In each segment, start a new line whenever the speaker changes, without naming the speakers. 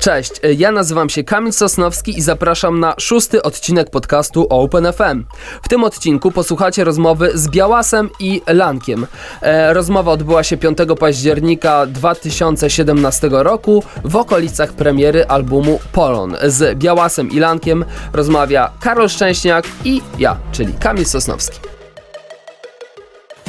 Cześć, e, ja nazywam się Kamil Sosnowski i zapraszam na szósty odcinek podcastu Open FM. W tym odcinku posłuchacie rozmowy z Białasem i Lankiem. E, Rozmowa odbyła się 5 października 2017 roku w okolicach premiery albumu Polon. Z Białasem i Lankiem rozmawia Karol Szczęśniak i ja, czyli Kamil Sosnowski.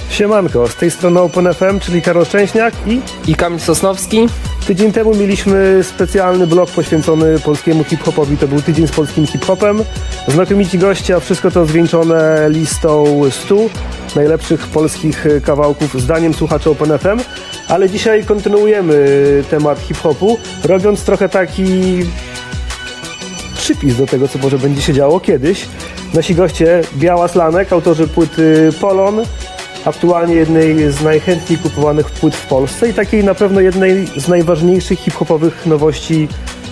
Siemanko, z tej strony Open FM, czyli Karol Szczęśniak i
I Kamil Sosnowski
tydzień temu mieliśmy specjalny blog poświęcony polskiemu hip-hopowi. To był tydzień z polskim hip-hopem. Znakomici goście, a wszystko to zwieńczone listą 100 najlepszych polskich kawałków zdaniem słuchaczy Open FM. Ale dzisiaj kontynuujemy temat hip-hopu, robiąc trochę taki przypis do tego, co może będzie się działo kiedyś. Nasi goście Biała Slanek, autorzy płyty Polon, aktualnie jednej z najchętniej kupowanych płyt w Polsce i takiej na pewno jednej z najważniejszych hip-hopowych nowości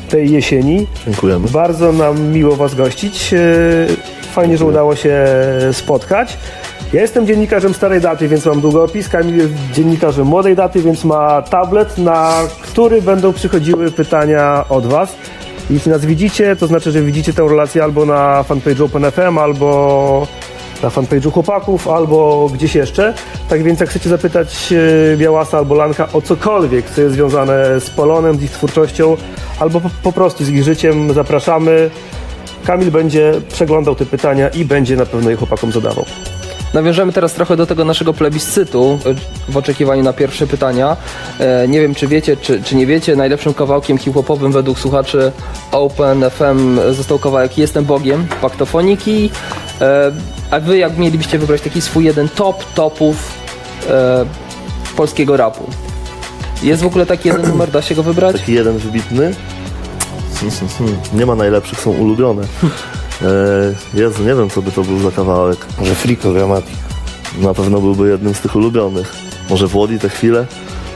tej jesieni.
Dziękujemy.
Bardzo nam miło Was gościć. Yy, Fajnie, że udało się spotkać. Ja jestem dziennikarzem starej daty, więc mam długopis. Kamil jest dziennikarzem młodej daty, więc ma tablet, na który będą przychodziły pytania od Was. Jeśli nas widzicie, to znaczy, że widzicie tę relację albo na fanpage'u OpenFM, albo na fanpage'u chłopaków, albo gdzieś jeszcze. Tak więc jak chcecie zapytać e, Białasa albo Lanka o cokolwiek, co jest związane z Polonem, z ich twórczością, albo po, po prostu z ich życiem, zapraszamy. Kamil będzie przeglądał te pytania i będzie na pewno je chłopakom zadawał.
Nawiążemy teraz trochę do tego naszego plebiscytu e, w oczekiwaniu na pierwsze pytania. E, Nie wiem, czy wiecie, czy, czy nie wiecie, najlepszym kawałkiem hip-hopowym według słuchaczy Open FM został kawałek Jestem Bogiem, Paktofoniki. E, A wy jak mielibyście wybrać taki swój jeden top topów e, polskiego rapu? Jest w ogóle taki jeden numer, da się go wybrać?
Taki jeden wybitny. Hmm, hmm, hmm. Nie ma najlepszych, są ulubione. E, Jezu, nie wiem, co by to był za kawałek.
Może Friko, Gramatik.
Na pewno byłby jednym z tych ulubionych. Może Włodi te chwile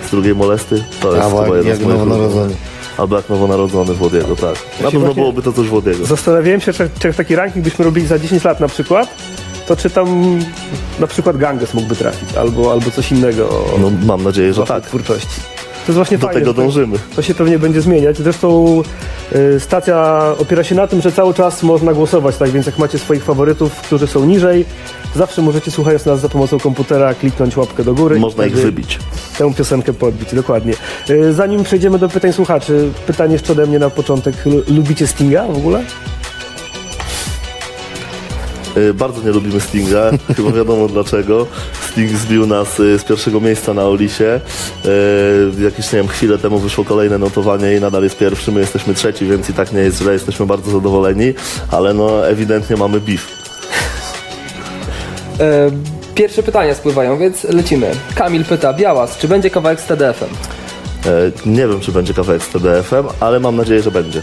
z drugiej molesty. To jest
Albo
chyba
jak,
jeden z
jak
moich
nowonarodzony.
ulubionych. Albo jak nowonarodzony Włodiego, tak. Na pewno
właśnie-
byłoby to coś Włodiego.
Zastanawiałem się, czy, czy taki ranking byśmy robili za 10 lat na przykład, to czy tam na przykład Ganges mógłby trafić, albo, albo coś innego
No, mam nadzieję, że
o
tak.
tak. twórczości. To jest właśnie
Do
fajne,
tego
że to-
dążymy.
To się pewnie będzie zmieniać. Zresztą y, stacja opiera się na tym, że cały czas można głosować, tak więc jak macie swoich faworytów, którzy są niżej, zawsze możecie słuchając nas za pomocą komputera kliknąć łapkę do góry. i
Można ich
wtedy
wybić.
Tę piosenkę podbić, dokładnie. Y, Zanim przejdziemy do pytań słuchaczy, pytanie jeszcze ode mnie na początek. Lu- Lubicie Stinga w ogóle?
Y, Bardzo nie lubimy Stinga, chyba wiadomo dlaczego. Sting zbił nas y, z pierwszego miejsca na Olisie. Y, Jakieś, nie wiem, chwilę temu wyszło kolejne notowanie i nadal jest pierwszy, my jesteśmy trzeci, więc i tak nie jest źle, jesteśmy bardzo zadowoleni, ale no ewidentnie mamy beef.
E, Pierwsze pytania spływają, więc lecimy. Kamil pyta, Białas, czy będzie kawałek z TDF-em?
E, Nie wiem, czy będzie kawałek z TDF-em, ale mam nadzieję, że będzie.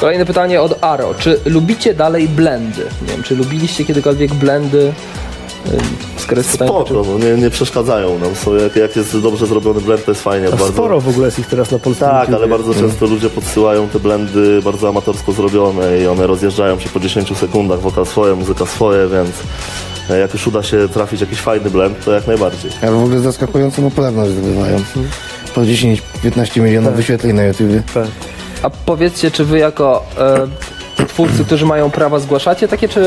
Kolejne pytanie od Aro. Czy lubicie dalej blendy? Nie wiem, czy lubiliście kiedykolwiek blendy? Ym, Z kresu pytania, czy-
Spoko, no, nie, nie przeszkadzają nam. Są, jak, jak jest dobrze zrobiony blend, to jest fajnie.
A
bardzo...
sporo w ogóle jest ich teraz na polskim
Tak,
YouTubie.
ale bardzo często ludzie podsyłają te blendy bardzo amatorsko zrobione i one rozjeżdżają się po 10 sekundach, wokal swoje, muzyka swoje, więc e, jak już uda się trafić jakiś fajny blend, to jak najbardziej.
Ale w ogóle zaskakującą popularność zdobywają. Po 10-15 milionów wyświetleń na YouTube.
Tak.
A powiedzcie, czy wy jako e, twórcy, którzy mają prawa, zgłaszacie takie, czy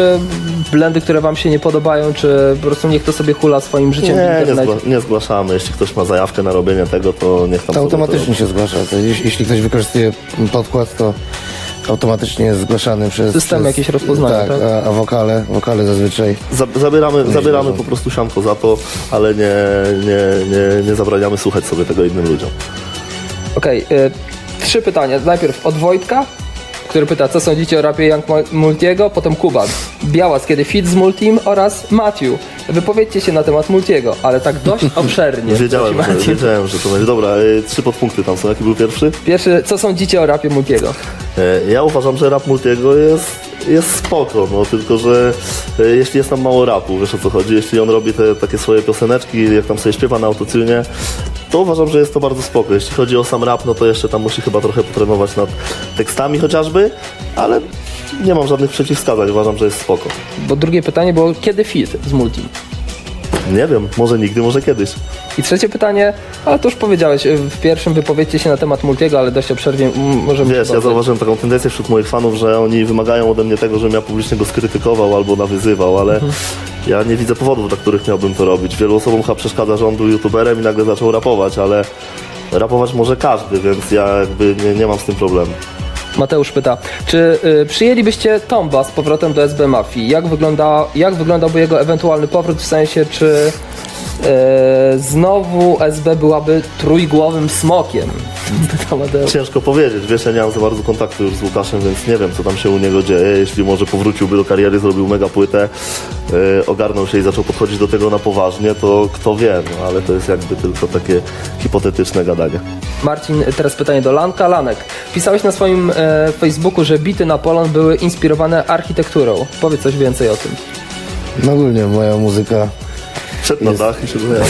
blendy, które wam się nie podobają, czy po prostu niech to sobie hula swoim
Nie,
życiem w
nie,
internecie?
zgła- nie zgłaszamy. Jeśli ktoś ma zajawkę na robienie tego, to niech tam
To
sobie
automatycznie
robi.
się zgłasza. To jeśli, jeśli ktoś wykorzystuje podkład, to automatycznie jest zgłaszany przez...
System
przez,
jakieś rozpoznaje,
Tak,
tak?
A, a wokale, wokale zazwyczaj.
Za- Zabieramy, zabieramy
zgłaszam.
po prostu sianko za to, ale nie, nie, nie, nie zabraniamy słuchać sobie tego innym ludziom.
Okej, y, trzy pytania. Najpierw od Wojtka, który pyta, co sądzicie o rapie Young Mul- Multiego, potem Kuba, Białas, kiedy fit z Multim oraz Matthew. Wypowiedzcie się na temat Multiego, ale tak dość obszernie.
Wiedziałem,
Prosi
że,
Matthew.
wiedziałem, że to będzie. Dobra, e, trzy podpunkty tam są. Jaki był pierwszy?
Pierwszy, co sądzicie o rapie Multiego?
E, Ja uważam, że rap Multiego jest, jest spoko, no tylko, że e, jeśli jest tam mało rapu, wiesz o co chodzi, jeśli on robi te takie swoje pioseneczki, jak tam sobie śpiewa na autotunie, to uważam, że jest to bardzo spoko. Jeśli chodzi o sam rap, no to jeszcze tam musi chyba trochę potrenować nad tekstami chociażby, ale nie mam żadnych przeciwwskazań, uważam, że jest spoko.
Bo drugie pytanie było, kiedy fit z Multim?
Nie wiem, może nigdy, może kiedyś.
I trzecie pytanie, ale to już powiedziałeś, y, w pierwszym wypowiedzcie się na temat Multiego, ale dość o przerwie m, możemy...
Wiesz,
się
ja
dotknąć.
zauważyłem taką tendencję wśród moich fanów, że oni wymagają ode mnie tego, żebym ja publicznie go skrytykował albo nawyzywał, ale ja nie widzę powodów, dla których miałbym to robić. Wielu osobom chyba przeszkadza, że on był youtuberem i nagle zaczął rapować, ale rapować może każdy, więc ja jakby nie, nie mam z tym problemu.
Mateusz pyta, czy y, przyjęlibyście Tomba z powrotem do SB Mafii? Jak, wygląda, jak wyglądałby jego ewentualny powrót, w sensie czy y, znowu SB byłaby trójgłowym smokiem? Pyta Mateusz.
Ciężko powiedzieć, wiesz, ja nie mam za bardzo kontaktu już z Łukaszem, więc nie wiem, co tam się u niego dzieje. Jeśli może powróciłby do kariery, zrobił mega płytę, yy, ogarnął się i zaczął podchodzić do tego na poważnie, to kto wie, no, ale to jest jakby tylko takie hipotetyczne gadanie.
Marcin, teraz pytanie do Lanka. Lanek, pisałeś na swoim e, Facebooku, że bity na Polon były inspirowane architekturą. Powiedz coś więcej o tym.
No ogólnie moja muzyka
Szedł na dach i się rozjechał.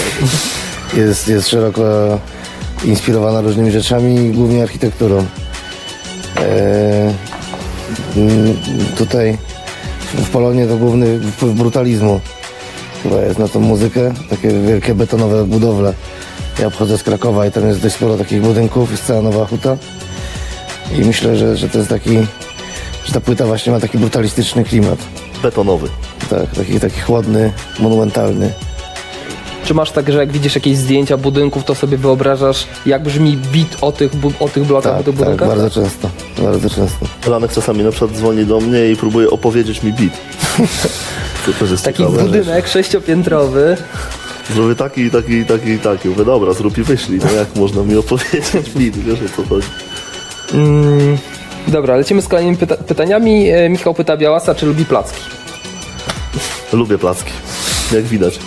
jest, jest szeroko inspirowana różnymi rzeczami, głównie architekturą. E, mm, tutaj w Polonie to główny wpływ brutalizmu chyba jest na tą muzykę, takie wielkie betonowe budowle. Ja pochodzę z Krakowa i tam jest dość sporo takich budynków, jest cała nowa huta i myślę, że, że to jest taki, że ta płyta właśnie ma taki brutalistyczny klimat.
Betonowy.
Tak, taki, taki chłodny, monumentalny.
Czy masz tak, że jak widzisz jakieś zdjęcia budynków, to sobie wyobrażasz, jak brzmi bit o tych, bu- o tych blokach, o
Tak,
tych
tak,
budynkach?
bardzo często, bardzo często.
Ranek czasami na przykład dzwoni do mnie i próbuje opowiedzieć mi bit. To też jest
Taki
ciekawe.
budynek sześciopiętrowy.
Zrobię taki, taki, taki, taki. Mówię, dobra, zrób i wyślij. No jak można mi opowiedzieć bit, wiesz o co chodzi.
Mm, dobra, lecimy z kolejnymi pyta- pytaniami. E, Michał pyta Białasa, czy lubi placki.
Lubię placki, jak widać.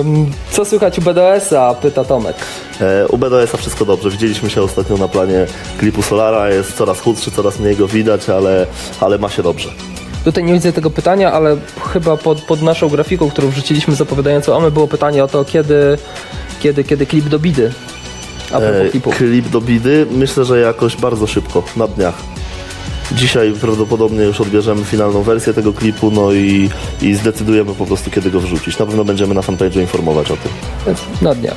Em, co słychać u BDS-a? Pyta Tomek.
E, U BDS-a wszystko dobrze. Widzieliśmy się ostatnio na planie klipu Solara. Jest coraz chudszy, coraz mniej go widać, ale, ale ma się dobrze.
Tutaj nie widzę tego pytania, ale chyba pod, pod naszą grafiką, którą wrzuciliśmy zapowiadającą AMY, było pytanie o to, kiedy, kiedy, kiedy klip do bidy. A propos
E,
klipu.
Klip do Bidy myślę, że jakoś bardzo szybko, na dniach. Dzisiaj prawdopodobnie już odbierzemy finalną wersję tego klipu, no i, i zdecydujemy po prostu, kiedy go wrzucić. Na pewno będziemy na fanpage'u informować o tym.
Na dniach.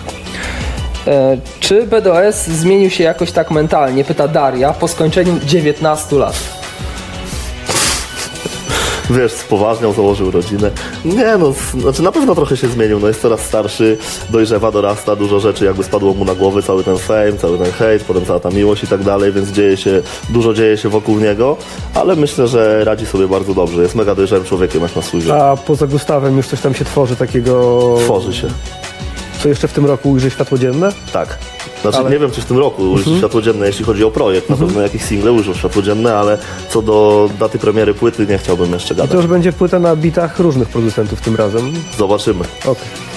no, E, czy BDS zmienił się jakoś tak mentalnie? Pyta Daria po skończeniu 19 lat.
Wiesz, spoważniał, założył rodzinę. Nie no, z- znaczy na pewno trochę się zmienił, no jest coraz starszy, dojrzewa, dorasta, dużo rzeczy jakby spadło mu na głowę, cały ten fame, cały ten hejt, potem cała ta miłość i tak dalej, więc dzieje się, dużo dzieje się wokół niego, ale myślę, że radzi sobie bardzo dobrze, jest mega dojrzałym człowiekiem jak na swój wiek.
A poza Gustawem już coś tam się tworzy takiego,
Tworzy się,
co jeszcze w tym roku ujrzy światło dzienne?
tak. Znaczy nie wiem, czy w tym roku ujrzy światło dzienne, jeśli chodzi o projekt, na pewno jakieś single ujrzą światło dzienne, ale co do daty premiery płyty nie chciałbym jeszcze
I to
gadać.
już będzie płyta na bitach różnych producentów tym razem.
Zobaczymy.
Okej.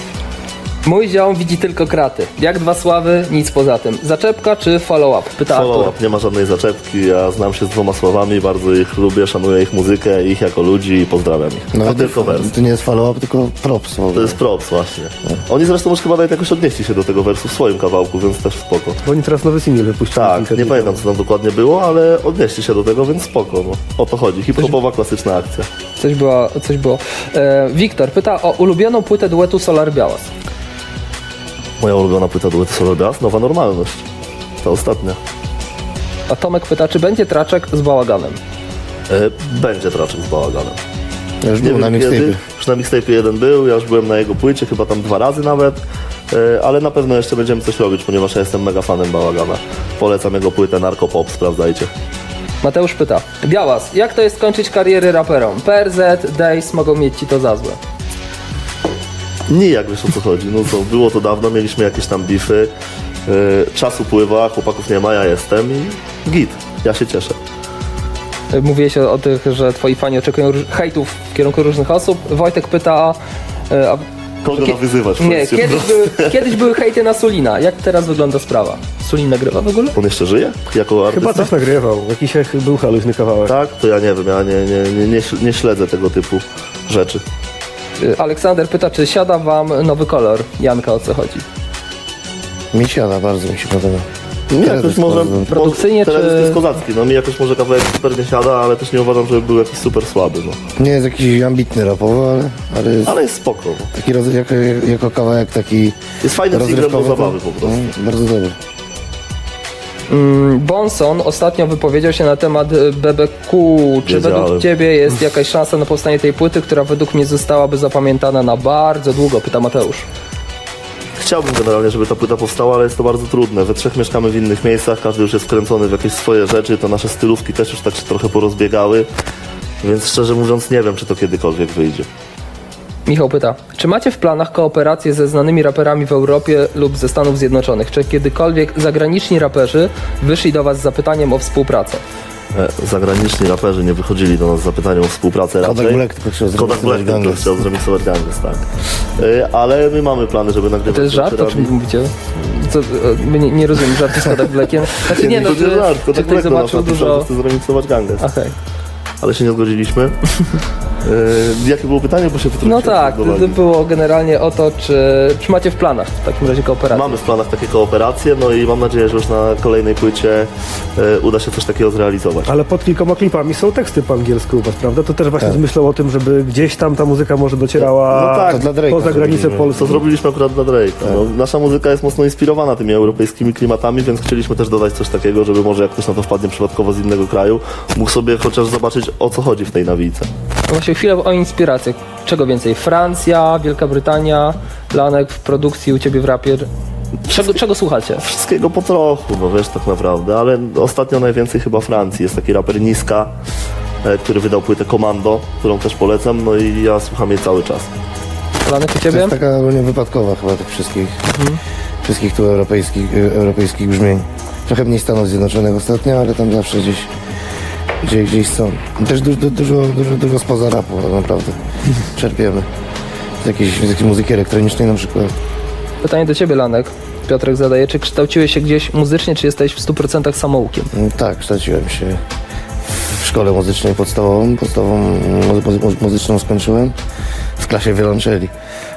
Mój ziom widzi tylko kraty. Jak dwa sławy, nic poza tym. Zaczepka czy follow-up? Pyta Artur.
Follow-up, nie ma żadnej zaczepki, ja znam się z dwoma słowami, bardzo ich lubię, szanuję ich muzykę, ich jako ludzi i pozdrawiam ich. No,
Nawet
tylko
to,
wers.
to nie jest follow-up, tylko props. w ogóle.
To jest props właśnie. Oni zresztą już chyba nawet jakoś odnieśli się do tego wersu w swoim kawałku, więc też spoko.
Bo oni teraz nowy singiel wypuścili.
Tak,
kilka
nie
dni
pamiętam co tam dokładnie było, ale odnieśli się do tego, więc spoko. No. O to chodzi, hip-hopowa klasyczna akcja.
Coś było. Coś było. E, Wiktor pyta o ulubioną płytę duetu Solar Białas.
Moja ulubiona płyta duetu Solar Blast, Nowa Normalność. Ta ostatnia.
A Tomek pyta, czy będzie traczek z bałaganem?
E, będzie traczek z bałaganem.
Ja już
Nie
był na
wiem kiedy,
mixtape.
już na mixtape jeden był, ja już byłem na jego płycie, chyba tam dwa razy nawet, e, ale na pewno jeszcze będziemy coś robić, ponieważ ja jestem mega fanem Bałagana. Polecam jego płytę Narkopop, sprawdzajcie.
Mateusz pyta, Białas, jak to jest kończyć karierę raperom? PRZ, Days mogą mieć ci to za złe.
Nijak wiesz o co chodzi, no co, było to dawno, mieliśmy jakieś tam bify, e, czas upływa, chłopaków nie ma, ja jestem i git, ja się cieszę.
E, Mówiłeś o, o tych, że twoi fani oczekują róż- hejtów w kierunku różnych osób. Wojtek pyta, e, a...
Kogo
Kie-
nawyzywać?
Nie,
powiedzcie,
kiedyś
proszę.
były, kiedyś były hejty na Sulina. Jak teraz wygląda sprawa? Sulin nagrywa w ogóle?
On jeszcze żyje? Jako
Chyba
artysta?
coś nagrywał, jakiś jak był haluźny kawałek.
Tak? To ja nie wiem, ja nie, nie, nie, nie, śl- nie śledzę tego typu rzeczy.
E, Aleksander pyta, czy siada wam nowy kolor? Janka, o co chodzi?
Mi siada, bardzo mi się podoba.
Mi
Teledysk
jakoś może...
bardzo.
Produkcyjnie
bo teledysk
czy-
jest kozacki, no mi jakoś może kawałek super nie siada, ale też nie uważam, żeby był jakiś super słaby, no.
Nie jest jakiś ambitny rapowo, ale, ale jest
Ale jest spoko, no.
taki roz, jako, jako kawałek taki
Jest fajnym singlem do
rozrywkowy.
zabawy po prostu.
No, bardzo dobry.
Mm, Bonson ostatnio wypowiedział się na temat e, BBQ. Czy
Wiedziałem.
według Ciebie jest jakaś szansa na powstanie tej płyty, która według mnie zostałaby zapamiętana na bardzo długo? Pyta Mateusz.
Chciałbym generalnie, żeby ta płyta powstała, ale jest to bardzo trudne. We trzech mieszkamy w innych miejscach, każdy już jest wkręcony w jakieś swoje rzeczy, to nasze stylówki też już tak się trochę porozbiegały, więc szczerze mówiąc nie wiem, czy to kiedykolwiek wyjdzie.
Michał pyta, czy macie w planach kooperację ze znanymi raperami w Europie lub ze Stanów Zjednoczonych? Czy kiedykolwiek zagraniczni raperzy wyszli do Was z zapytaniem o współpracę?
E, Zagraniczni raperzy nie wychodzili do nas z zapytaniem o współpracę
Kodak
raczej.
Black tylko chciał
Kodak Black
zrobić Silver
tylko
Ganges.
chciał zrobić Silver Ganges, tak. E, Ale my mamy plany, żeby nagrywać
To jest żart, o
raperami.
czym mówicie? Co, e, my nie, nie rozumiem żartu z Kodak Blackiem. Znaczy nie, no,
to tak
czy,
nie żart,
czy ktoś
Kodak Black do nas
zobaczył
napisał, że
dużo...
chce zremiksować Ganges.
Okej.
Ale się nie zgodziliśmy. E, Jakie było pytanie, bo się
No
potrąciłem
tak,
do
to- to
wagi.
było generalnie o to, czy, czy macie w planach w takim razie kooperację.
Mamy w planach takie kooperacje, no i mam nadzieję, że już na kolejnej płycie e, uda się coś takiego zrealizować.
Ale pod kilkoma klipami są teksty po angielsku u was, prawda? To też właśnie z myślą o tym, żeby gdzieś tam ta muzyka może docierała
Tak. No tak,
to dla Drake'a
poza granicę
zrobimy.
Polski.
Co zrobiliśmy akurat dla Drake'a. No, nasza muzyka jest mocno inspirowana tymi europejskimi klimatami, więc chcieliśmy też dodać coś takiego, żeby może jak ktoś na to wpadnie przypadkowo z innego kraju, mógł sobie chociaż zobaczyć o co chodzi w tej nawijce.
Właśnie chwilę o inspiracji. Czego więcej? Francja, Wielka Brytania, Lanek w produkcji, u ciebie w rapier. Czego, czego słuchacie?
Wszystkiego po trochu, no wiesz, tak naprawdę, ale ostatnio najwięcej chyba Francji. Jest taki raper Niska, e, który wydał płytę Komando, którą też polecam, no i ja słucham jej cały czas.
Lanek u
To
ciebie?
jest taka ogólnie wypadkowa chyba tych wszystkich, wszystkich tu europejskich, e, europejskich brzmień. Trochę mniej Stanów Zjednoczonych ostatnio, ale tam zawsze gdzieś, gdzieś, gdzieś są. Też du, du, dużo, dużo, dużo spoza rapu tak naprawdę czerpiemy. Z jakiejś, z jakiejś muzyki elektronicznej na przykład.
Pytanie do ciebie, Lanek. Piotrek zadaje, czy kształciłeś się gdzieś muzycznie, czy jesteś w 100% samoukiem?
Mm, Tak, kształciłem się w szkole muzycznej podstawową. Podstawową mu- mu- muzyczną skończyłem w klasie wiolonczeli,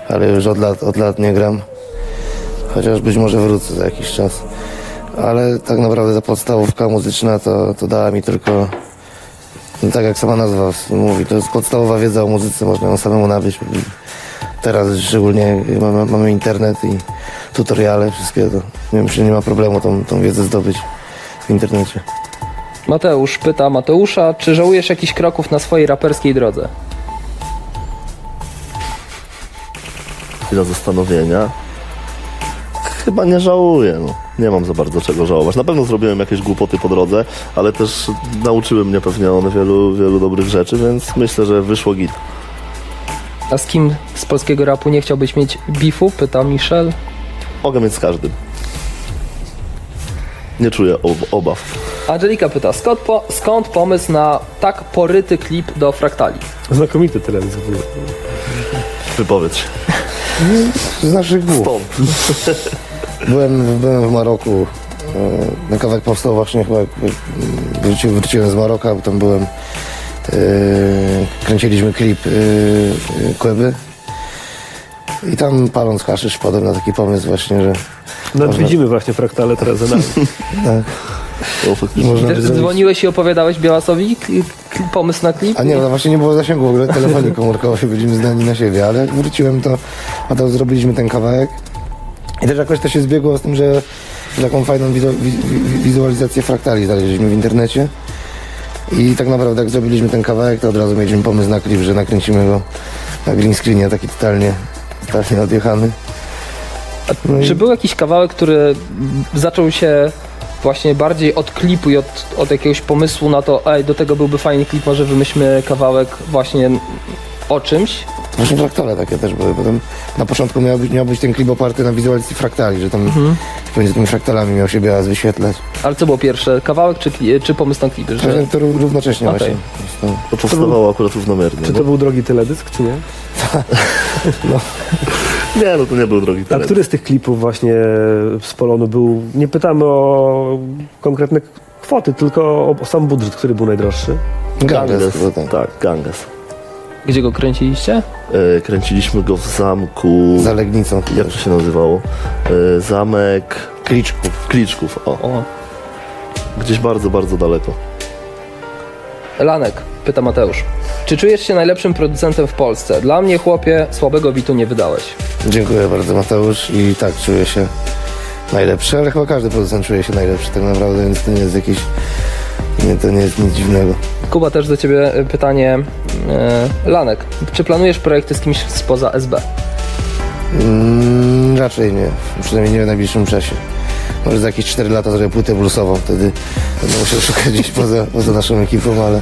ale już od lat, od lat nie gram. Chociaż być może wrócę za jakiś czas. Ale tak naprawdę ta podstawówka muzyczna to, to dała mi tylko, no tak jak sama nazwa mówi, to jest podstawowa wiedza o muzyce, można ją samemu nabyć. Teraz szczególnie mamy, mamy internet i tutoriale, wszystkie to. Nie wiem, czy nie ma problemu tą, tą wiedzę zdobyć w internecie.
Mateusz pyta Mateusza, czy żałujesz jakichś kroków na swojej raperskiej drodze?
chwila zastanowienia. Chyba nie żałuję. No. Nie mam za bardzo czego żałować. Na pewno zrobiłem jakieś głupoty po drodze, ale też nauczyły mnie pewnie one wielu, wielu dobrych rzeczy, więc myślę, że wyszło git.
A z kim z polskiego rapu nie chciałbyś mieć bifu? Pyta Michel.
Mogę mieć z każdym. Nie czuję ob- obaw.
Angelika pyta, skąd, po, skąd pomysł na tak poryty klip do fraktali?
Znakomity teledysk. w ogóle.
Wypowiedz. się.
Z naszych głów.
Stąd.
Byłem, byłem w Maroku. e, Na kawałek powstał właśnie chyba. jak Wróci, wróciłem z Maroka, bo tam byłem. e, Kręciliśmy klip e, e, Kłeby. I tam paląc haszysz wpadłem na taki pomysł właśnie, że
Nawet widzimy właśnie fraktale teraz za nami.
To No, faktycznie.
można
Też
by zrobić...
dzwoniłeś i opowiadałeś Białasowi k- k- pomysł na klip?
A nie, no właśnie nie było zasięgu w ogóle telefonii komórkowej, byliśmy zdani na siebie, ale jak wróciłem to, a to zrobiliśmy ten kawałek. I też jakoś to się zbiegło z tym, że taką fajną widu- wi- wi- wizualizację fraktali znaleźliśmy w internecie. I tak naprawdę jak zrobiliśmy ten kawałek, to od razu mieliśmy pomysł na klip, że nakręcimy go na green screenie, taki totalnie, totalnie odjechany. no
Czy był jakiś kawałek, który mm, zaczął się właśnie bardziej od klipu i od, od jakiegoś pomysłu na to, ej, do tego byłby fajny klip, może wymyślmy kawałek właśnie o czymś?
Właśnie fraktale takie też były. Potem na początku miał być, miał być ten klip oparty na wizualizacji fraktali, że tam pomiędzy tymi fraktalami miał się białas wyświetlać.
Ale co było pierwsze, kawałek czy, kli- czy pomysł na klip? Że...
Że... To ró- równocześnie
Okej.
właśnie. No.
To powstawało akurat równomiernie.
Czy
no.
to był drogi teledysk, czy nie?
Nie, no to nie był drogi
A
teren.
który z tych klipów właśnie z Polonu był? Nie pytamy o konkretne kwoty, tylko o o sam budżet, który był najdroższy.
Ganges chyba tak.
Tak, Ganges.
Gdzie go kręciliście?
E, Kręciliśmy go w zamku.
Za Legnicą.
Jak to się nazywało? E, Zamek.
Kliczków.
Kliczków, o.
O,
Gdzieś bardzo, bardzo daleko.
Lanek, pyta Mateusz. Czy czujesz się najlepszym producentem w Polsce? Dla mnie, chłopie, słabego bitu nie wydałeś.
Dziękuję bardzo Mateusz i tak czuję się najlepszy, ale chyba każdy producent czuje się najlepszy tak naprawdę, więc to nie jest jakiś, nie, to nie jest nic dziwnego.
Kuba, też do Ciebie y, pytanie. y, Lanek, czy planujesz projekty z kimś spoza SB?
Mm, raczej nie, przynajmniej nie w najbliższym czasie. Może za jakieś 4 lata zrobię płytę bluesową, wtedy będę musiał szukać gdzieś poza, poza naszą ekipą, ale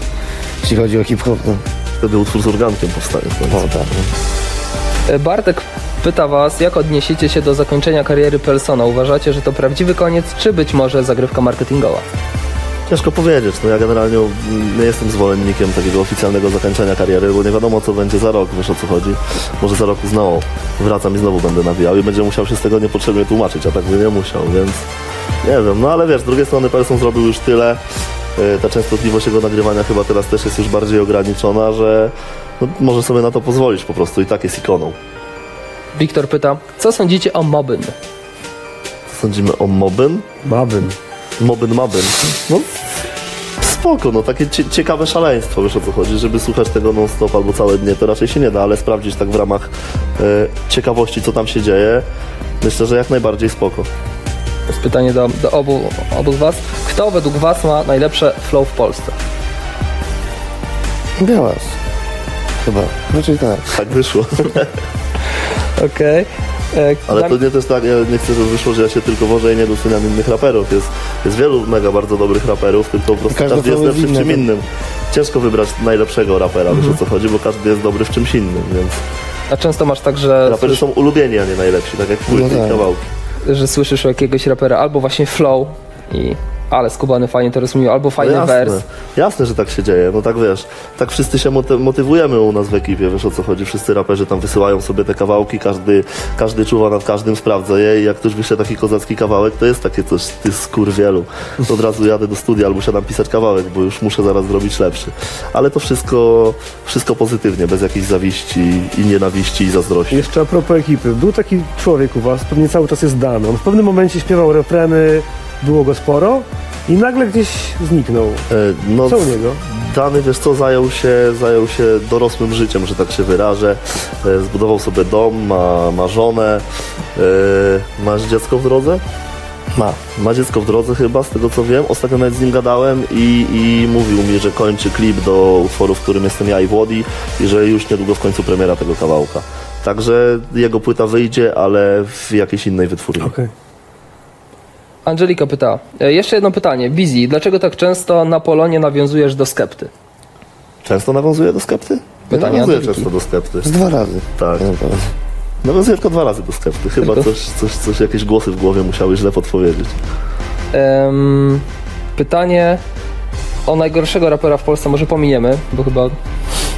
jeśli chodzi o hip-hop, to
Wtedy utwór z organkiem powstanie. w końcu.
no, tak.
Y, Bartek pyta Was, jak odniesiecie się do zakończenia kariery Pelsona? Uważacie, że to prawdziwy koniec, czy być może zagrywka marketingowa?
Ciężko powiedzieć. No ja generalnie mm, nie jestem zwolennikiem takiego oficjalnego zakończenia kariery, bo nie wiadomo co będzie za rok, wiesz o co chodzi. Może za rok znowu wracam i znowu będę nawijał i będzie musiał się z tego niepotrzebnie tłumaczyć, a tak by nie musiał, więc nie wiem. No ale wiesz, z drugiej strony Person zrobił już tyle. Yy, Ta częstotliwość jego nagrywania chyba teraz też jest już bardziej ograniczona, że no, może sobie na to pozwolić po prostu i tak jest ikoną.
Wiktor pyta, co sądzicie o Mobyn?
Co sądzimy o Mobyn?
Mabym.
Mobyn Mabyn. No spoko, no takie cie- ciekawe szaleństwo, wiesz o co chodzi, żeby słuchać tego non stop albo całe dnie, to raczej się nie da, ale sprawdzić tak w ramach e, ciekawości, co tam się dzieje, myślę, że jak najbardziej spoko.
To jest pytanie do, do obu, obu z Was. Kto według Was ma najlepsze flow w Polsce?
Białas. Chyba. Raczej tak.
Tak wyszło.
Okej. E,
Ale to nie też tak, ja nie chcę, żeby wyszło, że ja się tylko wożę i nie doceniam innych raperów. Jest, jest wielu mega bardzo dobrych raperów, tylko po prostu
Każdy
każdy jest
flow jest
lepszy w czym
inny, tak. Mhm.
innym. Ciężko wybrać najlepszego rapera, wiesz o co chodzi, bo każdy jest dobry w czymś innym, więc
A często masz tak, że,
raperzy są ulubieni, a nie najlepsi, tak jak płyty
tak.
i kawałki.
że słyszysz o jakiegoś rapera albo właśnie flow i ale skubany fajnie to rozumiał, albo fajny
No
wers.
Jasne, że tak się dzieje, no tak wiesz, tak wszyscy się moty- motywujemy u nas w ekipie, wiesz o co chodzi, wszyscy raperzy tam wysyłają sobie te kawałki, każdy, każdy czuwa nad każdym, sprawdza je i jak ktoś wyśle taki kozacki kawałek, to jest takie coś, ty skurwielu, to od razu jadę do studia albo siadam pisać kawałek, bo już muszę zaraz zrobić lepszy, ale to wszystko, wszystko pozytywnie, bez jakiejś zawiści i nienawiści i zazdrości.
Jeszcze a propos ekipy. Był taki człowiek u was, pewnie cały czas jest Dan. On w pewnym momencie śpiewał refreny, było go sporo i nagle gdzieś zniknął.
E, No,
Co u niego?
Dany, wiesz co, zajął się, zajął się dorosłym życiem, że tak się wyrażę. E, Zbudował sobie dom, ma, ma żonę. E, Masz dziecko w drodze? Ma. Ma dziecko w drodze chyba, z tego co wiem. Ostatnio nawet z nim gadałem i, i mówił mi, że kończy klip do utworu, w którym jestem ja i Włodi i że już niedługo w końcu premiera tego kawałka. Także jego płyta wyjdzie, ale w jakiejś innej wytwórni.
Angelika pyta, e, jeszcze jedno pytanie, Busy, dlaczego tak często na Polonie nawiązujesz do skepty?
Często nawiązuje do skepty? Nie
Pytanie
nawiązuje
Angeliki.
często do skepty.
Z dwa razy.
Tak.
tak naprawdę.
No więc ja tylko dwa razy do sklepy. Chyba
Tylko?
coś, coś, coś, jakieś głosy w głowie musiały źle podpowiedzieć.
Em, pytanie o najgorszego rapera w Polsce może pominiemy, bo chyba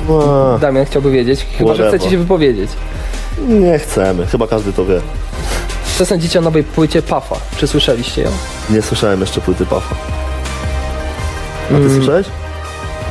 No,
Damian chciałby wiedzieć, chyba że
Whatever.
chcecie się wypowiedzieć.
nie chcemy. Chyba każdy to wie.
Co sądzicie o nowej płycie Pafa? Czy słyszeliście ją?
Nie słyszałem jeszcze płyty Pafa. A ty słyszałeś?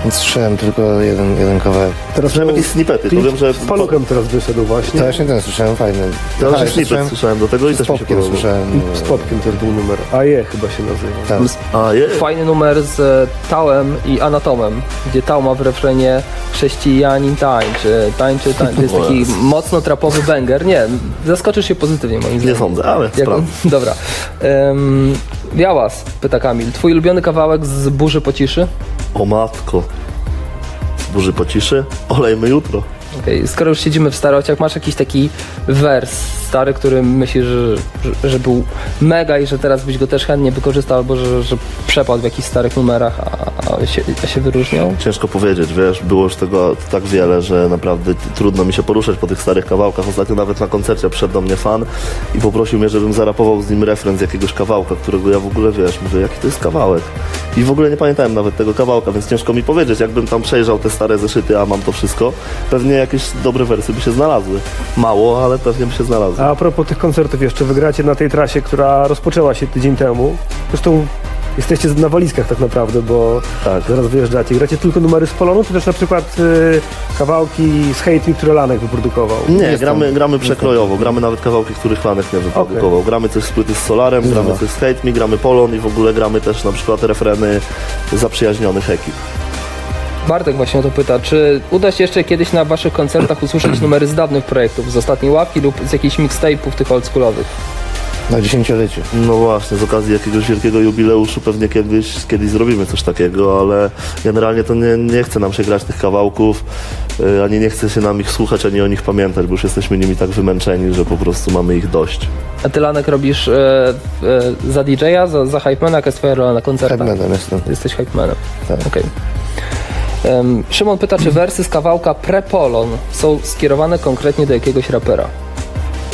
Słyszałem tylko jeden, jeden kawałek.
Teraz
Słyszałem jakieś snippety. To wiem, że...
z paluchem teraz wyszedł właśnie.
To No właśnie ten słyszałem, fajny.
Ja
Ale
już znaczy snippet słyszałem do tego i
Tak, z
też mi się Mm.
popkiem
podobało.
słyszałem. e,
I z Popkiem też był numer. AE chyba się nazywa.
Tam.
A, je,
Fajny numer z e, Tałem i Anatomem, gdzie Tał ma w refrenie chrześcijanin tańczy, tańczy, tańczy. To jest taki
Jezu.
mocno trapowy banger. Nie, zaskoczysz się pozytywnie moim
nie
zdaniem.
sądzę, ale
Jak-
sprawdzę.
Dobra. Um, Białas, pyta Kamil. Twój ulubiony kawałek z Burzy po ciszy?
O matko. Z burzy po ciszy? Olejmy jutro.
Okej, Skoro już siedzimy w starociach, masz jakiś taki wers stary, który myślisz, że, że, że był mega i że teraz byś go też chętnie wykorzystał, albo że, że przepadł w jakichś starych numerach, a, a, się, a się wyróżniał?
Ciężko powiedzieć, wiesz, było już tego tak wiele, że naprawdę t- trudno mi się poruszać po tych starych kawałkach. Ostatnio nawet na koncercie przyszedł do mnie fan i poprosił mnie, żebym zarapował z nim refren z jakiegoś kawałka, którego ja w ogóle, wiesz, mówię, jaki to jest kawałek. I w ogóle nie pamiętałem nawet tego kawałka, więc ciężko mi powiedzieć, jakbym tam przejrzał te stare zeszyty, a mam to wszystko, pewnie jakieś dobre wersy by się znalazły. Mało, ale pewnie by się znalazły.
A propos tych koncertów jeszcze, wygracie na tej trasie, która rozpoczęła się tydzień temu. Zresztą jesteście na walizkach tak naprawdę, bo
Tak.
zaraz wyjeżdżacie. Gracie tylko numery z Polonu, czy też na przykład y, kawałki z Hate Me, które Lanek wyprodukował?
Nie,
Jest
gramy,
tam.
gramy przekrojowo, gramy nawet kawałki, których Lanek nie wyprodukował. Gramy coś z płyty z Solarem,
Dobra.
gramy coś z Hate Me, gramy Polon i w ogóle gramy też na przykład refreny zaprzyjaźnionych ekip.
Bartek właśnie o to pyta, czy uda się jeszcze kiedyś na waszych koncertach usłyszeć numery z dawnych projektów, z ostatniej łapki lub z jakichś mixtape'ów tych oldschoolowych?
na dziesięciolecie.
No właśnie, z okazji jakiegoś wielkiego jubileuszu pewnie kiedyś, kiedyś zrobimy coś takiego, ale generalnie to nie, nie chce nam się grać tych kawałków, y, ani nie chce się nam ich słuchać, ani o nich pamiętać, bo już jesteśmy nimi tak wymęczeni, że po prostu mamy ich dość.
A ty Lanek robisz e, e, za DJ-a, za, za Hypemana, jaka jest twoja rola na koncertach?
Tak.
Headmanem Tak jestem.
Jesteś Hypemanem.
Tak.
Okej. Em, Szymon pyta, czy wersy z kawałka Prepolon są skierowane konkretnie do jakiegoś rapera?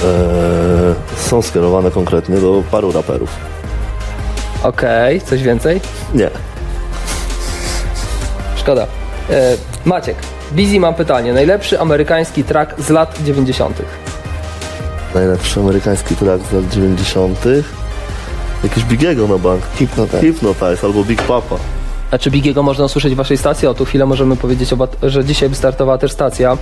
Eee, są skierowane konkretnie do paru raperów.
Okej, coś więcej?
Nie,
Szkoda. E, Maciek, Busy mam pytanie. Najlepszy amerykański track z lat 90.
najlepszy amerykański track z lat 90. Jakiś Bigiego na bank.
Hipnotek.
Hypnotize albo Big Papa.
A czy Bigiego można usłyszeć w waszej stacji? O tu chwilę możemy powiedzieć, oba, że dzisiaj wystartowała też stacja.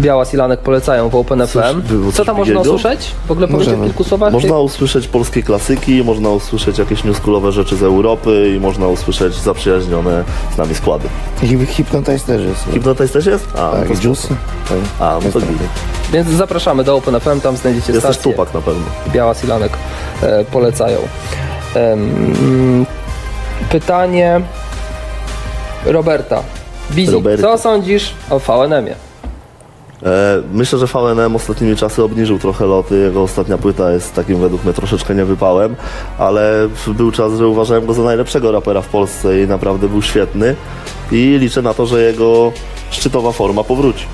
Biała Silanek polecają w Open
Słysz-
FM.
było
Co
coś
tam można
Bigiego?
usłyszeć? W ogóle powiecie w
Możemy.
kilku słowach?
Można usłyszeć polskie klasyki, można usłyszeć jakieś newskulowe rzeczy z Europy i można usłyszeć zaprzyjaźnione z nami składy.
Hip- Hipnotize też jest.
Hipnotize też jest? A, no
Tak,
to
i Juicy.
spoko. A, no to
Jest tam.
git.
Więc zapraszamy do Open FM, tam znajdziecie
Jest też
stację.
Tupak na pewno.
Biała Silanek e, polecają. Em, mm, pytanie Roberta. Bizi,
Roberta.
co sądzisz o VNM-ie?
E, myślę, że VNM ostatnimi czasy obniżył trochę loty. Jego ostatnia płyta jest takim według mnie troszeczkę niewypałem, ale był czas, że uważałem go za najlepszego rapera w Polsce i naprawdę był świetny. I liczę na to, że jego szczytowa forma powróci.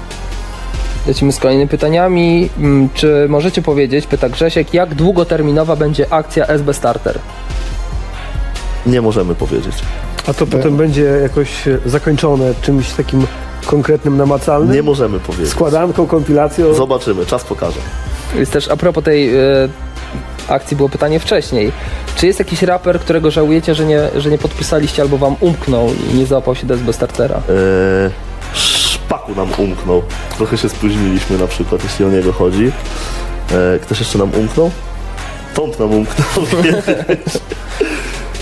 Lecimy z kolejnymi pytaniami. Mm, Czy możecie powiedzieć, pyta Grzesiek, jak długoterminowa będzie akcja SB Starter?
Nie możemy powiedzieć.
A to potem będzie jakoś e, zakończone czymś takim konkretnym, namacalnym?
Nie możemy powiedzieć.
Składanką, kompilacją?
Zobaczymy, czas pokaże.
Jest też a propos tej e, akcji było pytanie wcześniej. Czy jest jakiś raper, którego żałujecie, że nie, że nie podpisaliście albo wam umknął i nie załapał się do SB Startera?
Eee, szpaku nam umknął. Trochę się spóźniliśmy na przykład, jeśli o niego chodzi. Eee, ktoś jeszcze nam umknął? Tąd nam umknął. wiesz.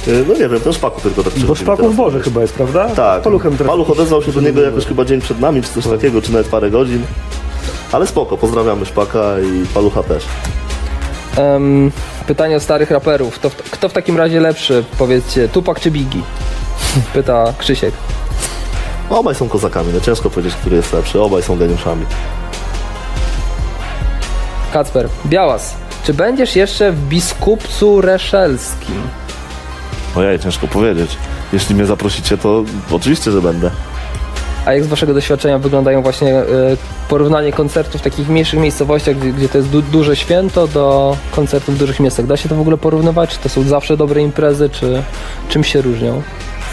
Eee, no nie wiem, ten szpaku tylko tak
Bo
przychodzi mi
szpaku
teraz.
w Boże chyba jest, prawda?
Tak.
Z Paluchem teraz.
Paluch odezwał się do niego jakoś chyba dzień przed nami, czy coś takiego, czy nawet parę godzin. Ale spoko, pozdrawiamy szpaka i palucha też.
Em, pytanie o starych raperów. To, w- kto w takim razie lepszy? Powiedzcie, Tupak czy Biggie? Pyta Krzysiek.
Obaj są kozakami, no ciężko powiedzieć, który jest lepszy. Obaj są geniuszami.
Kacper, Białas, czy będziesz jeszcze w Biskupcu Reszelskim?
Ojej, ciężko powiedzieć. Jeśli mnie zaprosicie, to oczywiście, że będę.
A jak z waszego doświadczenia wyglądają właśnie e, porównanie koncertów w takich mniejszych miejscowościach, gdzie, gdzie to jest du- duże święto, do koncertów w dużych miastach? Da się to w ogóle porównywać? Czy to są zawsze dobre imprezy, czy czym się różnią?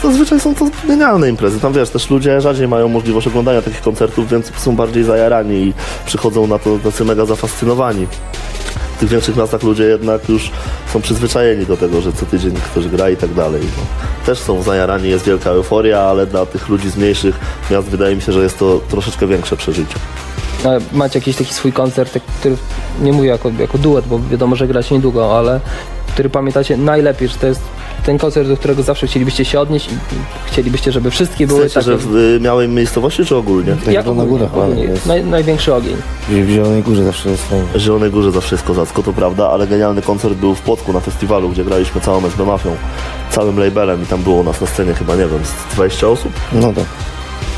Zazwyczaj są to genialne imprezy. Tam wiesz, też ludzie rzadziej mają możliwość oglądania takich koncertów, więc są bardziej zajarani i przychodzą na to tacy mega zafascynowani. W tych większych miastach ludzie jednak już są przyzwyczajeni do tego, że co tydzień ktoś gra i tak dalej. No. Też są zajarani, jest wielka euforia, ale dla tych ludzi z mniejszych miast wydaje mi się, że jest to troszeczkę większe przeżycie.
A macie jakiś taki swój koncert, tak, który nie mówię jako, jako duet, bo wiadomo, że gracie niedługo, ale który pamiętacie najlepiej, że to jest ten koncert, do którego zawsze chcielibyście się odnieść i i chcielibyście, żeby wszystkie
W
były
sensie, że
takie...
w y, małej miejscowości czy ogólnie?
Tak jak na
ogólnie,
górach
ogólnie.
mamy. jest.
Naj, największy ogień.
W Zielonej Górze zawsze jest fajnie.
W Zielonej Górze zawsze jest kozacko, to prawda, ale genialny koncert był w Płocku na festiwalu, gdzie graliśmy całą SB Mafią, całym labelem i tam było nas na scenie chyba, nie wiem, z 20 osób.
No tak.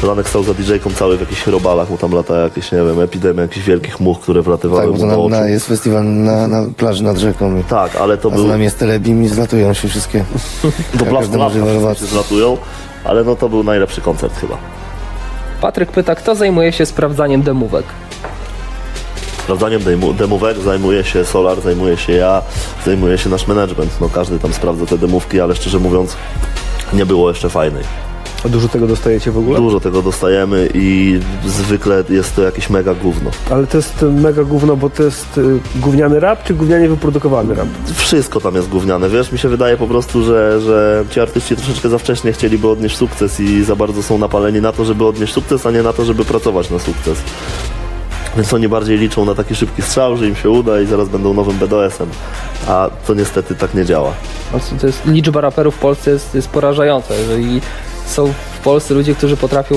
Lanek stał za DJ-ką cały w jakichś robalach, mu tam lata jakieś, nie wiem, epidemia jakichś wielkich much, które
Tak,
wlatywały
bo
mu do
to na,
oczu.
na, jest festiwal na, na plaży nad rzeką.
Tak, ale to
A
był...
z nami jest telebim i zlatują się wszystkie.
Do plaż
każdy może
się
wyrwać.
zlatują, ale no to był najlepszy koncert chyba.
Patryk pyta, kto zajmuje się sprawdzaniem demówek?
Sprawdzaniem demu- demówek zajmuje się Solar, zajmuje się ja, zajmuje się nasz management. No każdy tam sprawdza te demówki, ale szczerze mówiąc nie było jeszcze fajnej.
A dużo tego dostajecie w ogóle?
Dużo tego dostajemy i zwykle jest to jakieś mega gówno.
Ale to jest mega gówno, bo to jest y, gówniany rap czy gównianie wyprodukowany rap?
Wszystko tam jest gówniane, wiesz, mi się wydaje po prostu, że, że ci artyści troszeczkę za wcześnie chcieliby odnieść sukces i za bardzo są napaleni na to, żeby odnieść sukces, a nie na to, żeby pracować na sukces. Więc oni bardziej liczą na taki szybki strzał, że im się uda i zaraz będą nowym BDS-em. A to niestety tak nie działa.
Po prostu To jest, liczba raperów w Polsce jest, jest porażająca. Jeżeli są w Polsce ludzie, którzy potrafią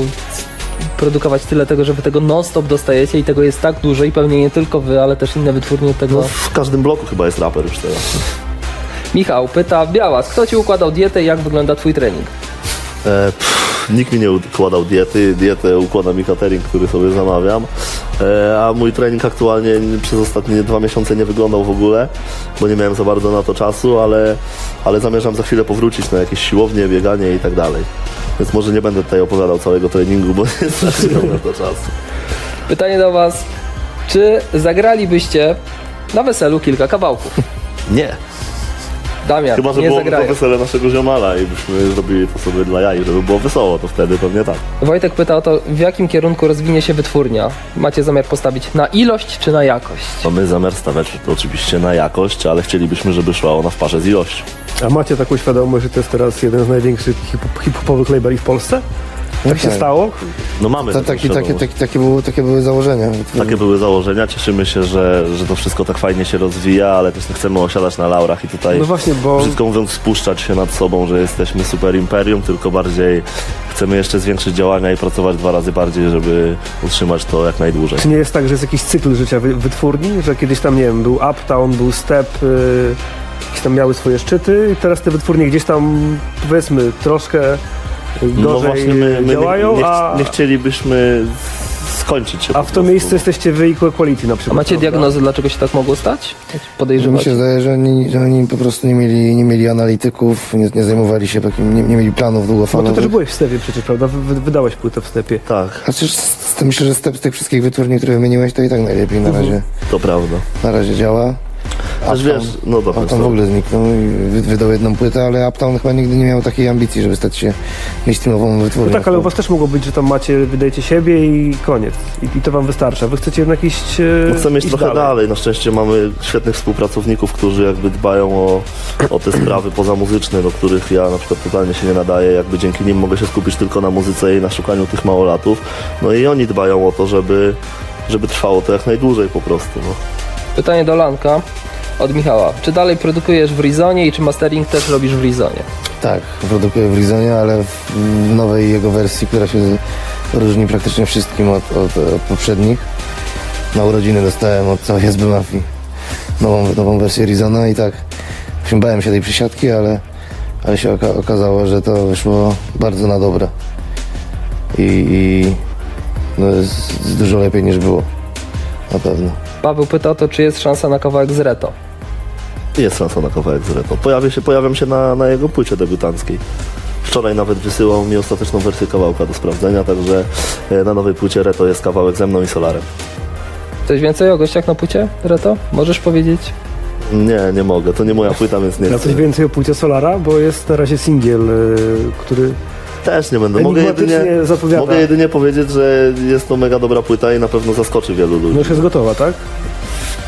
produkować tyle tego, że wy tego non-stop dostajecie i tego jest tak dużo i pewnie nie tylko wy, ale też inne wytwórnie od tego.
No, w każdym bloku chyba jest raper już teraz.
Michał pyta, Białas, kto ci układał dietę i jak wygląda twój trening?
E, pff, nikt mi nie układał diety, dietę układa mi catering, który sobie zamawiam, e, a mój trening aktualnie przez ostatnie dwa miesiące nie wyglądał w ogóle, bo nie miałem za bardzo na to czasu, ale, ale zamierzam za chwilę powrócić na jakieś siłownie, bieganie i tak dalej. Więc może nie będę tutaj opowiadał całego treningu, bo nie straciłem na to czasu.
Pytanie do was, czy zagralibyście na weselu kilka kawałków?
Nie.
Damian,
Chyba, że
nie
byłoby to
zagrają.
wesele naszego ziomala i byśmy zrobili to sobie dla jaj, żeby było wesoło, to wtedy pewnie tak.
Wojtek pyta o to, w jakim kierunku rozwinie się wytwórnia? Macie zamiar postawić na ilość czy na jakość?
Mamy zamiar stawiać oczywiście na jakość, ale chcielibyśmy, żeby szła ona w parze z ilością.
A macie taką świadomość, że to jest teraz jeden z największych hip- hip-hopowych labeli w Polsce? Tak się
tak.
stało?
No mamy
To
taką
taki, takie,
świadomość.
takie, takie, były, takie były założenia.
Takie były założenia. Cieszymy się, że, że to wszystko tak fajnie się rozwija, ale też nie chcemy osiadać na laurach i tutaj
No właśnie, bo
wszystko mówiąc spuszczać się nad sobą, że jesteśmy super imperium, tylko bardziej chcemy jeszcze zwiększyć działania i pracować dwa razy bardziej, żeby utrzymać to jak najdłużej.
czy nie jest tak, że jest jakiś cykl życia wy- wytwórni, że kiedyś tam, nie wiem, był Uptown, był Step, y, jakieś tam miały swoje szczyty i teraz te wytwórnie gdzieś tam, powiedzmy, troszkę y, gorzej
No właśnie my, my
działają,
nie, nie,
a,
chci- nie chcielibyśmy skończyć się
a
po
w to
prostu.
miejsce jesteście wy i Quality na
A
przykład.
macie
prawda?
diagnozę, dlaczego się tak mogło stać?
Że mi
Podejrzewacie.
się zdaje, że oni, że oni po prostu nie mieli, nie mieli analityków, nie, nie zajmowali się takim, nie, nie mieli planów
No Bo ty
długofalowych.
też byłeś w Stepie przecież, prawda? Wy- wy- Wydałeś płytę w Stepie.
Tak,
Chociaż z, z, myślę, że z, te- z tych wszystkich wytwórni, które wymieniłeś, to i tak najlepiej na razie,
to prawda.
na razie działa.
Aż wiesz, no dobra.
Uptown w ogóle zniknął i wy- wydał jedną płytę, ale Uptown chyba nigdy nie miał takiej ambicji, żeby stać się mainstreamową
No
wytwórnią.
tak, ale u was też mogło być, że tam macie, wydajecie siebie i koniec. I, i to wam wystarcza. Wy chcecie jednak iść, e,
No chcemy iść
iść
trochę dalej. Na szczęście mamy świetnych współpracowników, którzy jakby dbają o, o te sprawy pozamuzyczne, do których ja na przykład totalnie się nie nadaję. Jakby dzięki nim mogę się skupić tylko na muzyce i na szukaniu tych małolatów. No i oni dbają o to, żeby, żeby trwało to jak najdłużej po prostu. No.
Pytanie do Lanka od Michała. Czy dalej produkujesz w Rizonie i czy mastering też robisz w Rizonie?
Tak, produkuję w Rizonie, ale w w nowej jego wersji, która się różni praktycznie wszystkim od, od, od poprzednich. Na urodziny dostałem od całej SB Mafii nową, nową wersję Rizona i tak właśnie bałem się tej przysiadki, ale, ale się oka okazało, że to wyszło bardzo na dobre. I, i no, jest jest dużo lepiej niż było. Na pewno.
Paweł pyta o to, czy jest szansa na kawałek z Reto.
Jest szansa na kawałek z Reto. Pojawię się, pojawiam się na, na jego płycie debiutanckiej. Wczoraj nawet wysyłał mi ostateczną wersję kawałka do sprawdzenia, także e, na nowej płycie Reto jest kawałek ze mną i Solarem.
Coś więcej o gościach na płycie Reto? Możesz powiedzieć?
Nie, nie mogę. To nie moja płyta, więc nie
Na
chcę.
coś więcej o płycie Solara, bo jest na razie singiel, e, który
Też nie będę. No Mogę
Enigmatycznie
jedynie,
zapowiada.
mogę jedynie powiedzieć, że jest to mega dobra płyta i na pewno zaskoczy wielu ludzi.
no już jest gotowa, tak?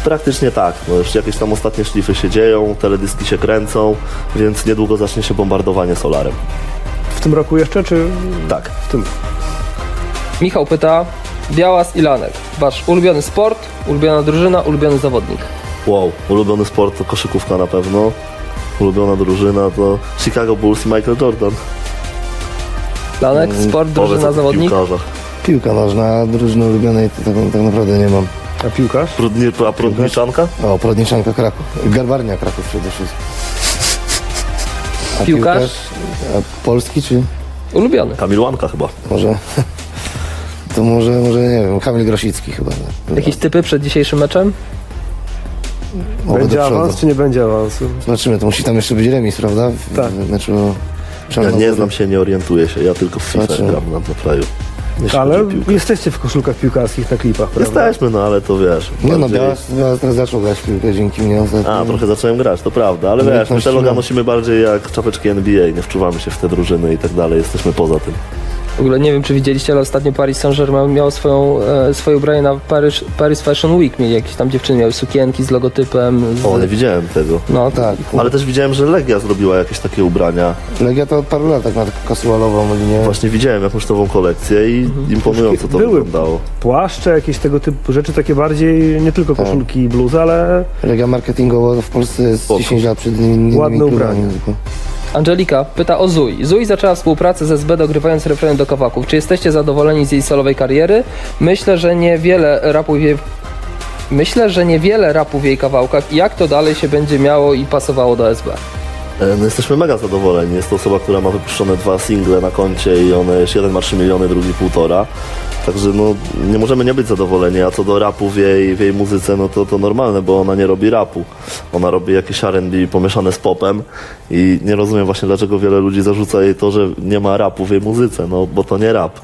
Praktycznie tak. No już jakieś tam ostatnie szlify się dzieją, teledyski się kręcą, więc niedługo zacznie się bombardowanie solarem.
W tym roku jeszcze, czy
Tak.
w tym?
Michał pyta, Białas i Lanek, wasz ulubiony sport, ulubiona drużyna, ulubiony zawodnik.
Wow. Ulubiony sport to koszykówka na pewno. Ulubiona drużyna to Chicago Bulls i Michael Jordan.
Lanek, sport,
Powiedz
drużyna,
o
zawodnik.
piłkarzach.
Piłka nożna, a drużyny ulubionej to tak, tak naprawdę nie mam.
A piłkarz?
Prudni, a prudniczanka?
O, Prodniczanka Kraków. Garbarnia Kraków przede wszystkim. A
Piłkarz?
a polski czy
Ulubiony.
Kamil Łanka chyba.
może... To może, może nie wiem, Kamil Grosicki chyba.
Jakieś typy przed dzisiejszym meczem?
Oby
Będzie
do przodu.
awans, czy nie będzie awansu?
Zobaczymy, to musi tam jeszcze być remis, prawda? W,
Tak.
w meczu...
Ja
Czarnogóry.
nie znam się, nie orientuję się. Ja tylko w FIFA
no Znaczy-
gram na, na kraju. jeśli
Ale
chodzi o piłkę.
jesteście w koszulkach piłkarskich na klipach, prawda?
Jesteśmy, no ale to wiesz.
Nie no,
bardziej-
Białas, Białas teraz zaczął grać w piłkę dzięki mnie. Ostatnio.
A, trochę zacząłem grać, to prawda, ale wiesz, my te loga nosimy bardziej jak czapeczki NBA, nie wczuwamy się w te drużyny i tak dalej, jesteśmy poza tym.
W ogóle nie wiem, czy widzieliście, ale ostatnio Paris Saint-Germain miał swoją, e, swoje ubranie na Paris, Paris Fashion Week. Mieli jakieś tam dziewczyny, miały sukienki z logotypem. Z,
O, nie widziałem tego.
no
Tak.
Ale też widziałem, że Legia zrobiła jakieś takie ubrania.
Legia to od paru lat tak ma taką kasualową linię.
Właśnie widziałem jakąś nową kolekcję i imponująco to
Były.
wyglądało.
Płaszcze, jakieś tego typu rzeczy, takie bardziej, nie tylko
Tak.
koszulki i bluzy, ale
Legia marketingowo w Polsce jest
Spoko.
10 lat przed innymi
Ładne
klubami
ubranie.
tylko.
Angelika pyta o Zui. Zui zaczęła współpracę ze SB dogrywając refreny do kawaków. Czy jesteście zadowoleni z jej solowej kariery? Myślę, że niewiele rapu jej... Myślę, że niewiele rapu w jej kawałkach. Jak to dalej się będzie miało i pasowało do SB?
E, No jesteśmy mega zadowoleni. Jest to osoba, która ma wypuszczone dwa single na koncie i one jeden ma 3 miliony, drugi półtora. Także no, nie możemy nie być zadowoleni, a co do rapu w jej, w jej muzyce, no to, to normalne, bo ona nie robi rapu. Ona robi jakieś R&B pomieszane z popem i nie rozumiem właśnie, dlaczego wiele ludzi zarzuca jej to, że nie ma rapu w jej muzyce, no bo to nie rap.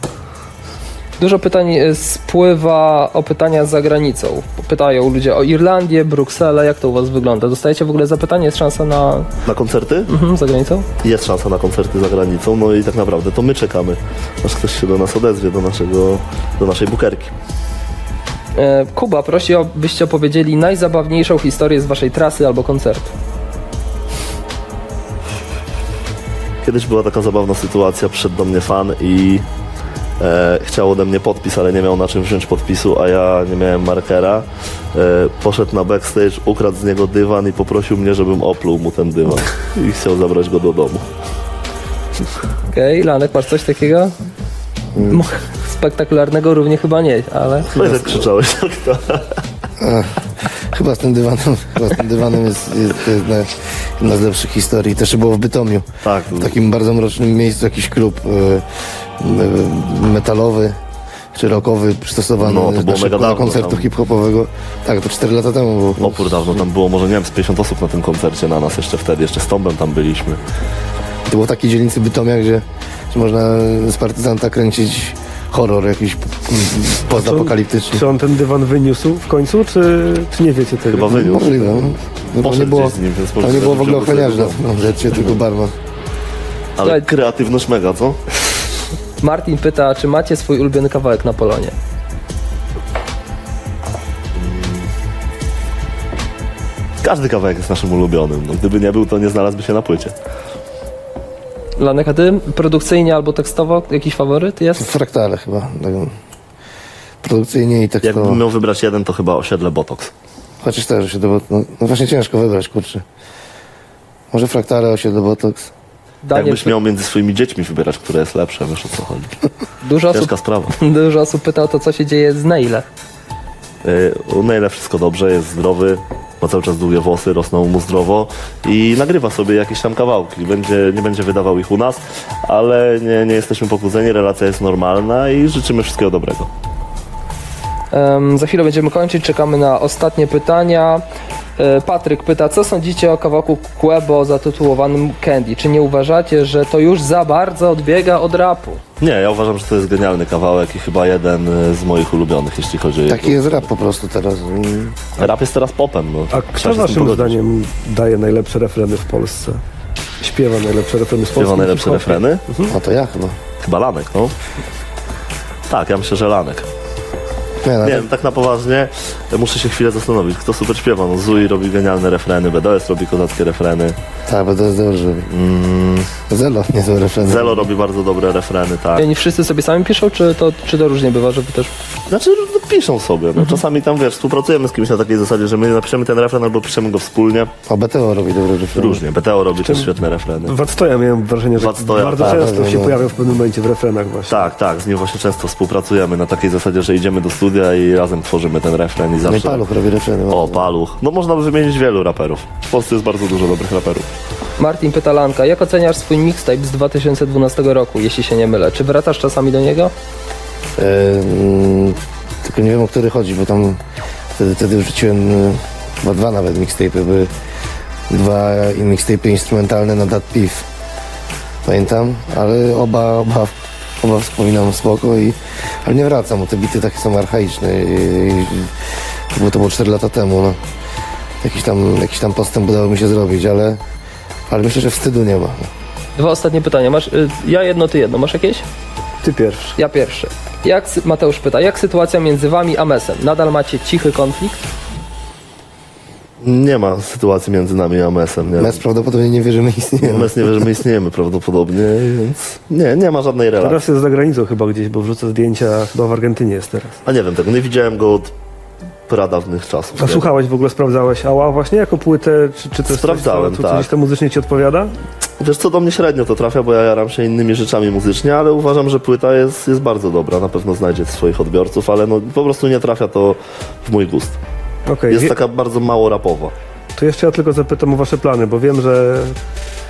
Dużo pytań y, spływa o pytania za granicą. Pytają ludzie o Irlandię, Brukselę, jak to u Was wygląda? Dostajecie w ogóle zapytanie, jest szansa na...
Na koncerty?
Mhm, za granicą?
Jest szansa na koncerty za granicą, no i tak naprawdę to my czekamy, aż ktoś się do nas odezwie, do, naszego, do naszej bukerki.
E, Kuba prosi, o- byście opowiedzieli najzabawniejszą historię z Waszej trasy albo koncertu.
Kiedyś była taka zabawna sytuacja, przyszedł do mnie fan i e, chciał ode mnie podpis, ale nie miał na czym wziąć podpisu, a ja nie miałem markera. E, poszedł na backstage, ukradł z niego dywan i poprosił mnie, żebym opluł mu ten dywan i chciał zabrać go do domu.
Okej, Lanek, masz coś takiego?
Mm.
Mo- Spektakularnego równie chyba nie, ale...
No i tak krzyczałeś, tak to.
Chyba z tym dywanem, chyba z tym dywanem jest, jest, to jest jedna, jedna z lepszych historii. Też było w Bytomiu.
Tak,
W takim bardzo mrocznym miejscu jakiś klub e, e, metalowy czy rockowy przystosowany
No, to było
na szybko
mega
do
dawno No.
koncertu
tam.
hip-hopowego. Tak, to 4 lata temu było.
opór dawno tam było, może nie wiem, z 50 osób na tym koncercie na nas jeszcze wtedy, jeszcze z Tombem tam byliśmy.
To było w takiej dzielnicy Bytomia, gdzie, gdzie można z partyzanta kręcić horror jakiś p- postapokaliptyczny.
czy on ten dywan wyniósł w końcu, czy, czy nie wiecie tego?
Chyba wyniósł.
Możliwe. no. No, bo
Poszedł
nie było,
gdzieś z nim, więc
tam nie
może
było w ogóle
zrobił
ochroniarzy na
sobie
tym koncercie, tylko barman.
Ale kreatywność mega, co?
Martin pyta, czy macie swój ulubiony kawałek na Polonie?
Każdy kawałek jest naszym ulubionym. No, gdyby nie był, to nie znalazłby się na płycie.
Lanek, a Ty produkcyjnie albo tekstowo jakiś faworyt jest?
Fraktale chyba. Tak. Produkcyjnie i tekstowo.
Jakbym miał wybrać jeden, to chyba osiedle Botox.
Chociaż też się do no, no właśnie ciężko wybrać, kurczę. Może fraktale, osiedle Botox.
Daniel,
Jakbyś miał między swoimi dziećmi wybierać, które jest lepsze, wiesz o co chodzi.
dużo, osób,
Ciężka sprawa.
dużo osób pyta o to, co się dzieje z Nailem.
Yy, U Neila wszystko dobrze, jest zdrowy, ma cały czas długie włosy, rosną mu zdrowo i nagrywa sobie jakieś tam kawałki. Będzie, nie będzie wydawał ich u nas, ale nie, nie jesteśmy pokłóceni, relacja jest normalna i życzymy wszystkiego dobrego.
Em, za chwilę będziemy kończyć, czekamy na ostatnie pytania. E, Patryk pyta, co sądzicie o kawałku Quebo zatytułowanym Candy? Czy nie uważacie, że to już za bardzo odbiega od rapu?
Nie, ja uważam, że to jest genialny kawałek i chyba jeden y, z moich ulubionych, jeśli chodzi o
Taki jest rap po prostu teraz.
Mhm.
Mm.
Rap jest teraz popem. No.
A kto
Trzeba się z tym
waszym
pogodzić.
zdaniem daje najlepsze refreny w Polsce? Śpiewa najlepsze refreny z Polski.
Śpiewa najlepsze refreny?
A No to ja chyba.
Chyba Lanek, no. Tak, ja myślę, że Lanek.
Nie, no,
Nie, tak na poważnie e, muszę się chwilę zastanowić, kto super śpiewa. No, Zui robi genialne refreny, BDS robi kozackie refreny, Mm,
tak, bo to jest dobrze. Zelo, nie są refreny.
Zelo robi bardzo dobre refreny, tak.
I oni wszyscy sobie sami piszą, czy to, czy to różnie bywa, żeby też...
Znaczy no, piszą sobie, no, czasami tam wiesz, współpracujemy z kimś na takiej zasadzie, że my napiszemy ten refren albo piszemy go wspólnie.
A BTO robi dobre refreny.
Różnie, BTO robi też świetne refreny.
Wadstoja miałem wrażenie, że
Wadstoja,
bardzo
tak,
często
tak,
się
tak.
pojawiał w pewnym momencie w refrenach właśnie.
Tak, tak, z nim właśnie często współpracujemy na takiej zasadzie, że idziemy do studia i razem tworzymy ten refren i
No i
zawsze...
Paluch robi refreny.
O, Paluch. No można by wymienić wielu raperów. W Polsce jest bardzo dużo dobrych raperów.
Martin pyta Lanka, jak oceniasz swój mixtape z 2012 roku, jeśli się nie mylę? Czy wracasz czasami do niego?
Em, Yy, tylko nie wiem, o który chodzi, bo tam wtedy, wtedy wrzuciłem y, chyba dwa nawet mixtape'y, były dwa i- mixtape'y instrumentalne na Dat Piff. Pamiętam, ale oba, oba Chyba wspominam spoko i... Ale nie wracam, bo te bity takie są archaiczne. I, i, to było- to było 4 lata temu, no. Jakiś tam, jakiś tam postęp udało mi się zrobić, ale... Ale myślę, że wstydu nie ma.
Dwa ostatnie pytania. Masz, y, ja jedno, ty jedno. Masz jakieś?
Tak.
Ty pierwszy.
Ja pierwszy. Jak, sy- Mateusz pyta, jak sytuacja między wami a Mesem? Nadal macie cichy konflikt?
Nie ma sytuacji między nami a Mesem. Nie?
Mes prawdopodobnie nie wie, że my istniejemy.
Mes nie wie, że my istniejemy prawdopodobnie, No, więc nie, nie ma żadnej relacji.
Teraz jest za granicą chyba gdzieś, bo wrzucę zdjęcia, chyba w Argentynie jest teraz.
A nie wiem tego, nie widziałem go od pradawnych
A
czasów. nie?
słuchałeś w ogóle, sprawdzałeś Ała właśnie jako płytę, czy, czy to jest
Sprawdzałem,
coś, co,
tak.
Czy to muzycznie ci odpowiada?
Wiesz co, do mnie średnio to trafia, bo ja jaram się innymi rzeczami muzycznie, ale uważam, że płyta jest, jest bardzo dobra, na pewno znajdzie swoich odbiorców, ale no, po prostu nie trafia to w mój gust.
Okej,
Jest
wie-
taka bardzo mało rapowa.
to jeszcze ja tylko zapytam o wasze plany, bo wiem, że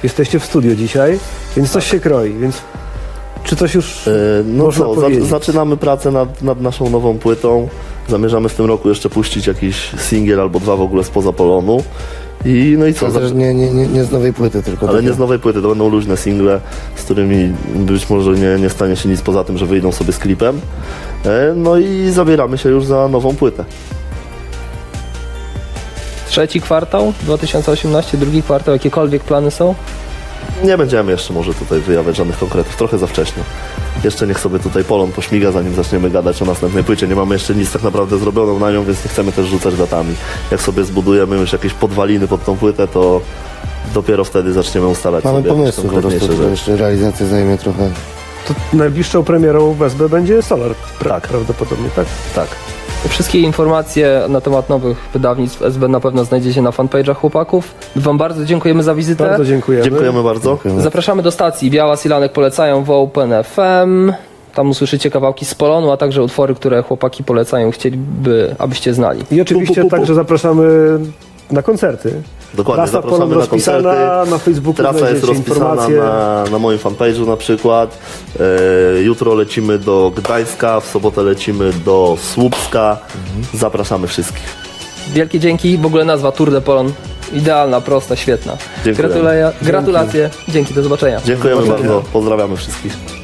jesteście w studio dzisiaj, więc
Tak.
coś się kroi, więc czy coś już...
E, No
Można
co, za,
powiedzieć.
zaczynamy pracę nad, nad naszą nową płytą. Zamierzamy w tym roku jeszcze puścić jakiś singiel albo dwa w ogóle spoza Polonu. I no i co,
To
za,
też nie, nie, nie, nie z nowej płyty, tylko...
ale
takie-
nie z nowej płyty, to będą luźne single, z którymi być może nie, nie stanie się nic poza tym, że wyjdą sobie z klipem. E, No i zabieramy się już za nową płytę.
Trzeci kwartał 2018, drugi kwartał, jakiekolwiek plany są?
Nie będziemy jeszcze może tutaj wyjawiać żadnych konkretów, trochę za wcześnie. Jeszcze niech sobie tutaj Polon pośmiga, zanim zaczniemy gadać o następnej płycie. Nie mamy jeszcze nic tak naprawdę zrobionego na nią, więc nie chcemy też rzucać datami. Jak sobie zbudujemy już jakieś podwaliny pod tą płytę, to dopiero wtedy zaczniemy ustalać
Mamy
sobie jakieś
pomysł po prostu,
konkretniejsze
tylko
rzeczy.
jeszcze realizacja zajmie trochę...
To najbliższą premierą w SB będzie Solar, pra-
Tak.
prawdopodobnie, tak?
Tak.
Wszystkie informacje na temat nowych wydawnictw SB na pewno znajdziecie na fanpage'ach chłopaków. Wam bardzo dziękujemy za wizytę.
Bardzo dziękujemy.
Dziękujemy bardzo.
Zapraszamy do stacji. Białas i Lanek polecają w Open FM. Tam usłyszycie kawałki z Polonu, a także utwory, które chłopaki polecają, chcieliby, abyście znali.
I oczywiście
Pu, pu, pu, pu.
także zapraszamy na koncerty.
Dokładnie,
Trasa
zapraszamy
Polon
na koncerty.
rozpisana, na Facebooku
Trasa jest
znajdziecie
rozpisana
informacje.
na, na moim fanpage'u na przykład. E, jutro lecimy do Gdańska, w sobotę lecimy do Słupska. Zapraszamy wszystkich.
Wielkie dzięki. W ogóle nazwa Tour de Polon. Idealna, prosta, świetna.
Dziękujemy.
Gratuluję, gratulacje. Dzięki, do zobaczenia.
Dziękujemy bardzo, pozdrawiamy wszystkich.